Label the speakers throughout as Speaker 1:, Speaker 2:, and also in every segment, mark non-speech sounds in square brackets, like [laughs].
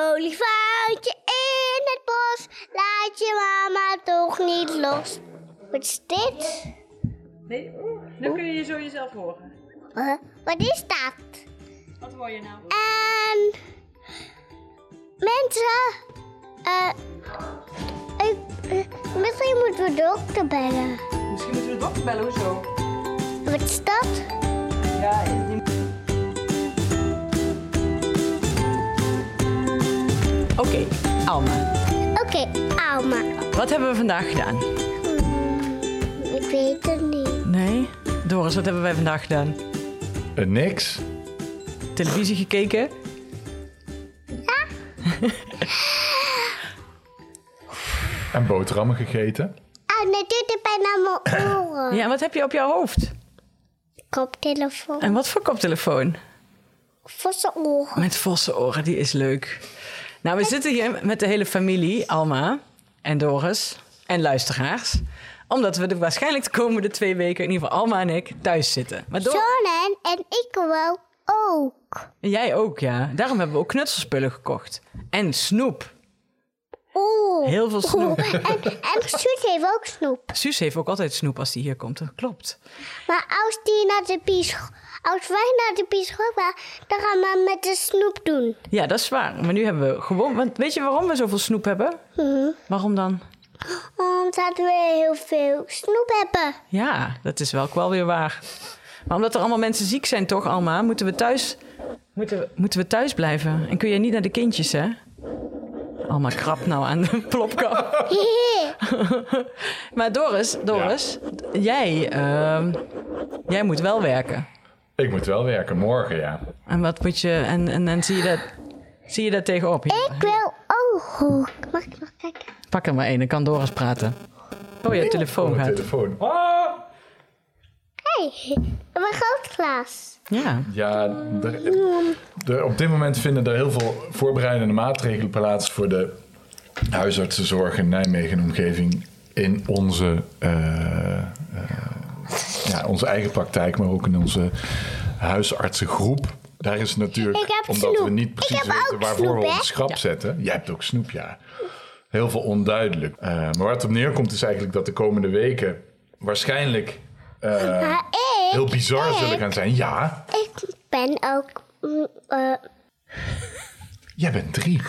Speaker 1: Olifantje in het bos, laat je mama toch niet los. Wat is dit?
Speaker 2: Nee, Oh. dan kun je zo jezelf horen.
Speaker 1: Huh? Wat is dat?
Speaker 2: Wat hoor je nou?
Speaker 1: En mensen, eh, ik, eh, misschien moeten we de dokter bellen.
Speaker 2: Misschien moeten we de dokter bellen, hoezo?
Speaker 1: Wat is dat?
Speaker 2: Ja, die...
Speaker 3: Oké, Alma,
Speaker 1: Oké, Alma.
Speaker 3: wat hebben we vandaag gedaan?
Speaker 1: Ik weet het niet.
Speaker 3: Nee. Doris, wat hebben wij vandaag gedaan?
Speaker 4: Eh, niks.
Speaker 3: Televisie gekeken?
Speaker 4: En boterhammen gegeten.
Speaker 1: Ah, nee, dit is bijna mijn oren. [coughs]
Speaker 3: Ja, en wat heb je op jouw hoofd?
Speaker 1: Koptelefoon.
Speaker 3: En wat voor koptelefoon?
Speaker 1: Voor zijn oren.
Speaker 3: Met vosse oren, die is leuk. Nou, we zitten hier met de hele familie, Alma en Doris en luisteraars. Omdat we de, waarschijnlijk de komende twee weken, in ieder geval Alma en ik, thuis zitten. Maar Dor-
Speaker 1: Jonan en ik wel Oh. ook.
Speaker 3: en jij ook, ja. Daarom hebben we ook knutselspullen gekocht. En snoep.
Speaker 1: Oeh.
Speaker 3: Heel veel snoep.
Speaker 1: Oeh. [laughs] En, en Suus heeft ook snoep.
Speaker 3: Suus heeft ook altijd snoep als die hier komt, dat klopt.
Speaker 1: Maar als, die naar de bies- als wij naar de bioscoop gaan, dan gaan we met de snoep doen.
Speaker 3: Ja, dat is waar. Maar nu hebben we gewoon... Want weet je waarom we zoveel snoep hebben? Waarom dan?
Speaker 1: Omdat we heel veel snoep hebben. [laughs]
Speaker 3: Ja, dat is wel ook wel weer waar. Maar omdat er allemaal mensen ziek zijn, toch, Alma, moeten we thuis, moeten we, moeten we thuis blijven. En kun je niet naar de kindjes, hè? Alma krap nou aan de [laughs] plopkap. maar Doris, Doris, jij, ehm, jij moet wel werken.
Speaker 4: Ik moet wel werken, morgen ja.
Speaker 3: En wat moet je, en, en, en zie je dat, zie je dat tegenop? Hier,
Speaker 1: ik wil ook. Mag ik nog kijken?
Speaker 3: Pak er maar één, dan kan Doris praten. Oh ja, telefoon
Speaker 4: Mijn
Speaker 3: gaat.
Speaker 4: telefoon. Ah!
Speaker 1: Hé, hey, mijn grootglas.
Speaker 3: Ja.
Speaker 4: Ja, er- er- op dit moment vinden er heel veel voorbereidende maatregelen plaats voor de huisartsenzorg in Nijmegen en omgeving in onze, eh, eh, ja, onze eigen praktijk, maar ook in onze huisartsengroep. Daar is natuurlijk,
Speaker 1: Ik heb
Speaker 4: omdat
Speaker 1: snoep.
Speaker 4: we niet
Speaker 1: Ik
Speaker 4: precies
Speaker 1: heb
Speaker 4: weten
Speaker 1: ook
Speaker 4: waarvoor
Speaker 1: snoep,
Speaker 4: we
Speaker 1: hè?
Speaker 4: ons schrap zetten. Jij hebt ook snoep, ja. Heel veel onduidelijk. Eh, maar waar het op neerkomt is eigenlijk dat de komende weken waarschijnlijk
Speaker 1: maar ik,
Speaker 4: Eh, heel bizar zullen
Speaker 1: ik-
Speaker 4: gaan zijn. Ja,
Speaker 1: ik ben ook... mm, eh,
Speaker 4: Jij bent drie.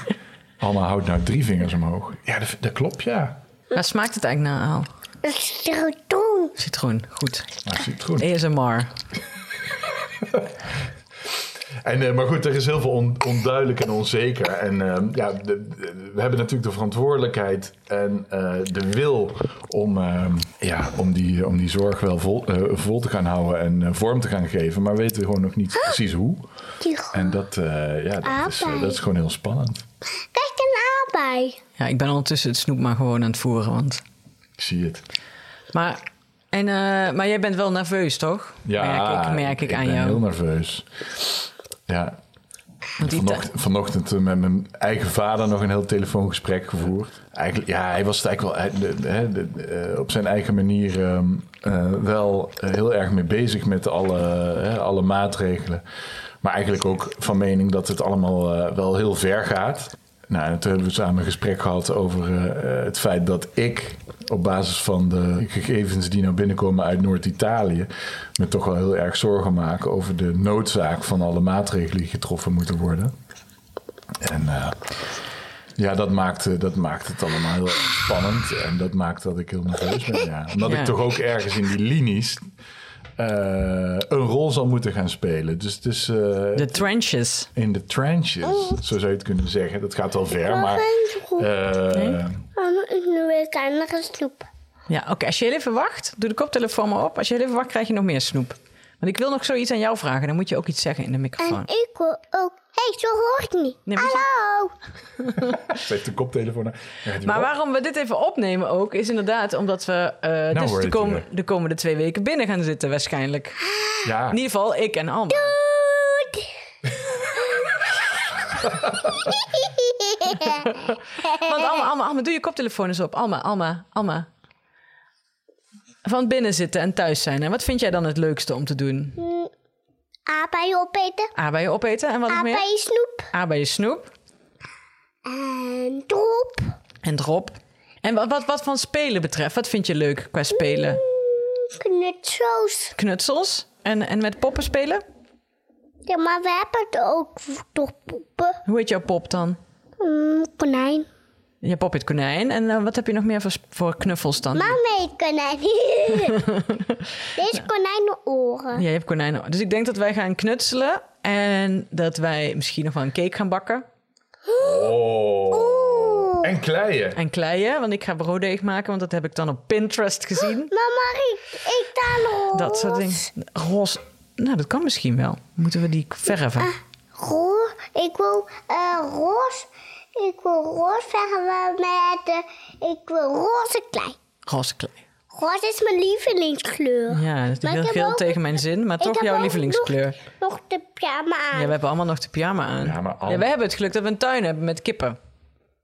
Speaker 4: Alma houdt nou drie vingers omhoog. Ja, dat, dat klopt, ja.
Speaker 3: Waar smaakt het eigenlijk naar, Al?
Speaker 1: een citroen.
Speaker 3: Citroen, goed.
Speaker 4: Nou, citroen.
Speaker 3: ASMR.
Speaker 4: En, eh, maar goed, er is heel veel on- onduidelijk en onzeker. En eh, ja, de- de- we hebben natuurlijk de verantwoordelijkheid en eh, de wil om, eh, ja, om, die, om die zorg wel vol, eh, vol te gaan houden en eh, vorm te gaan geven. Maar we weten gewoon nog niet precies hoe.
Speaker 1: Die-
Speaker 4: En dat, eh, ja, dat, is, eh, dat is gewoon heel spannend.
Speaker 1: Kijk, een aardbei.
Speaker 3: Ja, ik ben ondertussen het snoep maar gewoon aan het voeren. Want...
Speaker 4: Ik zie het.
Speaker 3: Maar, en, eh, maar jij bent wel nerveus, toch? merk ik, merk ik, aan
Speaker 4: ben heel
Speaker 3: jou.
Speaker 4: nerveus. Ja,
Speaker 3: Want die ta-
Speaker 4: Vanochtend, vanochtend eh, met mijn eigen vader nog een heel telefoongesprek gevoerd. Eigenlijk, ja, hij was het eigenlijk wel uit- de- de- hè, de- de, eh, op zijn eigen manier ehm, eh, wel eh, heel erg mee bezig met alle, eh, alle maatregelen. Maar eigenlijk ook van mening dat het allemaal eh, wel heel ver gaat. Nou, en toen hebben we samen een gesprek gehad over eh, eh, het feit dat ik op basis van de gegevens die nou binnenkomen uit Noord-Italië me toch wel heel erg zorgen maak over de noodzaak van alle maatregelen die getroffen moeten worden. En eh, ja, dat maakt, eh, dat maakt het allemaal heel erg spannend. En dat maakt dat ik heel nerveus ben. Ja. Omdat
Speaker 3: Ja.
Speaker 4: ik toch ook ergens in die linies eh, een rol zal moeten gaan spelen. Dus, dus eh,
Speaker 3: de Oh, trenches.
Speaker 4: in de trenches, zo zou je het kunnen zeggen. Dat gaat wel ver, maar... eh,
Speaker 1: Oh, Nu wil ik aan de snoep.
Speaker 3: Ja, oké. Als je heel even wacht, doe de koptelefoon maar op. Als je heel even wacht, krijg je nog meer snoep. Want ik wil nog zoiets aan jou vragen. Dan moet je ook iets zeggen in de
Speaker 1: En
Speaker 3: microfoon.
Speaker 1: ik wil ook... Hé, hey, zo hoort het niet.
Speaker 3: Nee, maar zo-
Speaker 1: Hallo.
Speaker 4: Ze heeft de koptelefoon aan. Ja, die
Speaker 3: Maar
Speaker 4: wel-
Speaker 3: waarom we dit even opnemen ook, is inderdaad omdat we eh, dus
Speaker 4: Nou, hoor je
Speaker 3: de,
Speaker 4: het
Speaker 3: kom-
Speaker 4: weer.
Speaker 3: de komende twee weken binnen gaan zitten waarschijnlijk.
Speaker 4: Ja,
Speaker 3: In ieder geval ik en Alma.
Speaker 1: Doet. [laughs]
Speaker 3: Want Alma, Alma, Alma, doe je koptelefoon eens op. Alma, Alma, Alma. Van binnen zitten en thuis zijn. En wat vind jij dan het leukste om te doen?
Speaker 1: Aardbeien opeten.
Speaker 3: A bij je opeten en wat nog meer?
Speaker 1: Aardbeien snoep.
Speaker 3: A bij je snoep.
Speaker 1: En drop.
Speaker 3: En drop. En wat, wat, wat van spelen betreft, wat vind je leuk qua spelen?
Speaker 1: Knutsels.
Speaker 3: Knutsels? En, en met poppen spelen?
Speaker 1: Ja, maar we hebben het ook toch poppen.
Speaker 3: Hoe heet jouw pop dan?
Speaker 1: Mm, konijn.
Speaker 3: Je pop heet konijn. En eh, wat heb je nog meer voor, sp- voor knuffels dan?
Speaker 1: Mama heet
Speaker 3: [laughs]
Speaker 1: konijn. Deze konijn oren.
Speaker 3: Ja, je hebt konijnen. Dus ik denk dat wij gaan knutselen. En dat wij misschien nog wel een cake gaan bakken.
Speaker 4: Oh. En kleien.
Speaker 3: En kleien, want ik ga brooddeeg maken. Want dat heb ik dan op Pinterest gezien.
Speaker 1: Mama, ik, ik dan roze.
Speaker 3: Dat soort dingen. Roze. Nou, dat kan misschien wel. Moeten we die
Speaker 1: Ah.
Speaker 3: verven?
Speaker 1: Roze. Ik wil eh roze. Ik wil roze zeggen we met... eh, ik wil roze klei.
Speaker 3: Roze klei.
Speaker 1: Roze is mijn lievelingskleur.
Speaker 3: Ja, dat
Speaker 1: Maar ik
Speaker 3: is heel
Speaker 1: heb
Speaker 3: veel
Speaker 1: ook-
Speaker 3: tegen mijn zin. Maar
Speaker 1: Ik
Speaker 3: toch
Speaker 1: heb ook
Speaker 3: jouw
Speaker 1: nog-
Speaker 3: lievelingskleur.
Speaker 1: Nog, de pyjama aan.
Speaker 3: Ja, we hebben allemaal nog de pyjama aan.
Speaker 4: Ja, maar al-
Speaker 3: wij hebben het geluk dat we een tuin hebben met kippen.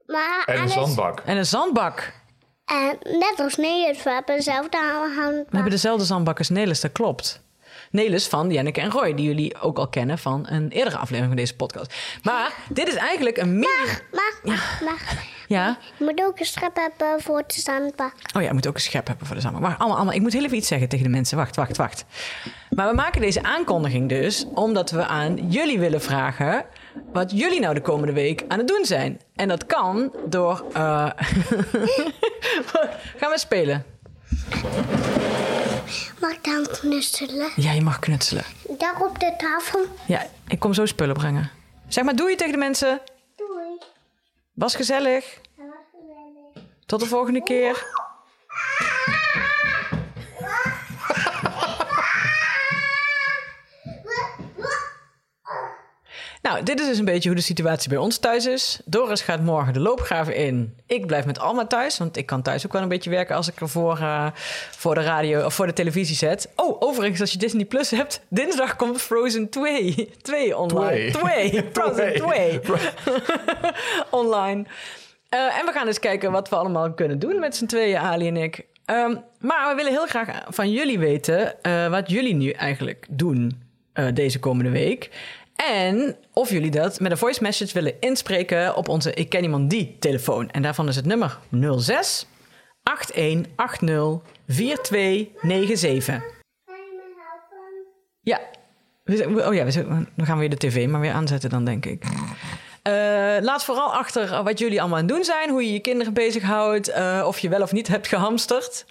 Speaker 1: maar
Speaker 4: En een
Speaker 1: alles-
Speaker 4: zandbak.
Speaker 3: En een zandbak.
Speaker 1: En net als Nederlands, we hebben dezelfde hand.
Speaker 3: We hebben dezelfde zandbak als Nelis, dat klopt. Nelis van Janneke en Roy, die jullie ook al kennen van een eerdere aflevering van deze podcast. Maar dit is eigenlijk een mini...
Speaker 1: Maar, maar, maar,
Speaker 3: Ja?
Speaker 1: je moet ook een schep hebben voor de zandbak.
Speaker 3: Oh ja, je moet ook een schep hebben voor de zandbak. Maar allemaal, allemaal, ik moet heel even iets zeggen tegen de mensen. Wacht, wacht, wacht. Maar we maken deze aankondiging dus omdat we aan jullie willen vragen... wat jullie nou de komende week aan het doen zijn. En dat kan door... eh, [laughs] Gaan we spelen?
Speaker 1: Mag dan knutselen?
Speaker 3: Ja, je mag knutselen.
Speaker 1: Daar op de tafel.
Speaker 3: Ja, ik kom zo spullen brengen. Zeg maar doei tegen de mensen.
Speaker 1: Doei.
Speaker 3: Was gezellig. Tot de volgende keer. [laughs] Nou, dit is dus een beetje hoe de situatie bij ons thuis is. Doris gaat morgen de loopgraven in. Ik blijf met Alma thuis, want ik kan thuis ook wel een beetje werken als ik ervoor eh, voor de radio of voor de televisie zet. Oh, overigens, als je Disney Plus hebt, dinsdag komt Frozen [laughs] 2, 2 online.
Speaker 4: Twee.
Speaker 3: 2. Frozen 2 [laughs] online. Eh, en we gaan eens kijken wat we allemaal kunnen doen met z'n tweeën, Ali en ik. Ehm, maar we willen heel graag van jullie weten eh, wat jullie nu eigenlijk doen eh, deze komende week. En of jullie dat met een voice message willen inspreken op onze Ik Ken Iemand Die telefoon. En daarvan is het nummer 06 8180 4297. Ja. We zijn- we- Oh ja, we zijn- dan gaan we weer de tv maar weer aanzetten dan, denk ik. Eh, laat vooral achter eh, wat jullie allemaal aan het doen zijn. Hoe je je kinderen bezighoudt. eh, of je wel of niet hebt gehamsterd.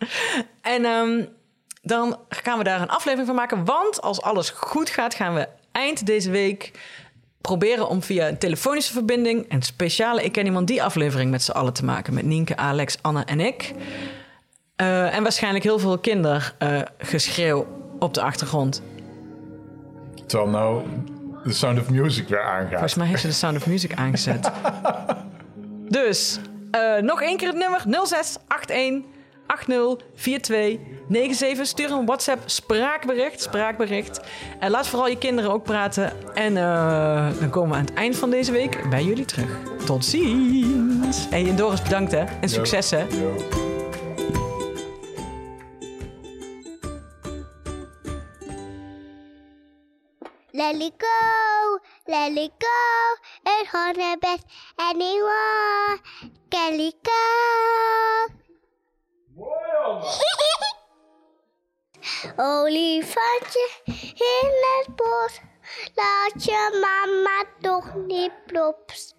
Speaker 3: [laughs] en ehm, dan gaan we daar een aflevering van maken. Want als alles goed gaat, gaan we eind deze week proberen om via een telefonische verbinding... een speciale Ik Ken Iemand Die aflevering met z'n allen te maken. Met Nienke, Alex, Anne en ik. Eh, en waarschijnlijk heel veel kindergeschreeuw op de achtergrond.
Speaker 4: Terwijl nou de Sound of Music weer aangaat.
Speaker 3: Volgens mij heeft ze de Sound of Music [laughs] aangezet. dus, eh, nog één keer het nummer 0681 804297. Stuur een WhatsApp spraakbericht, spraakbericht. En laat vooral je kinderen ook praten. En eh, dan komen we aan het eind van deze week bij jullie terug. Tot ziens. En Doris, bedankt hè. En succes hè.
Speaker 4: Yo.
Speaker 1: Let it go, let it go. It won't hurt anyone. Can it go? [laughs] Olifantje in het bos, laat je mama toch niet plops.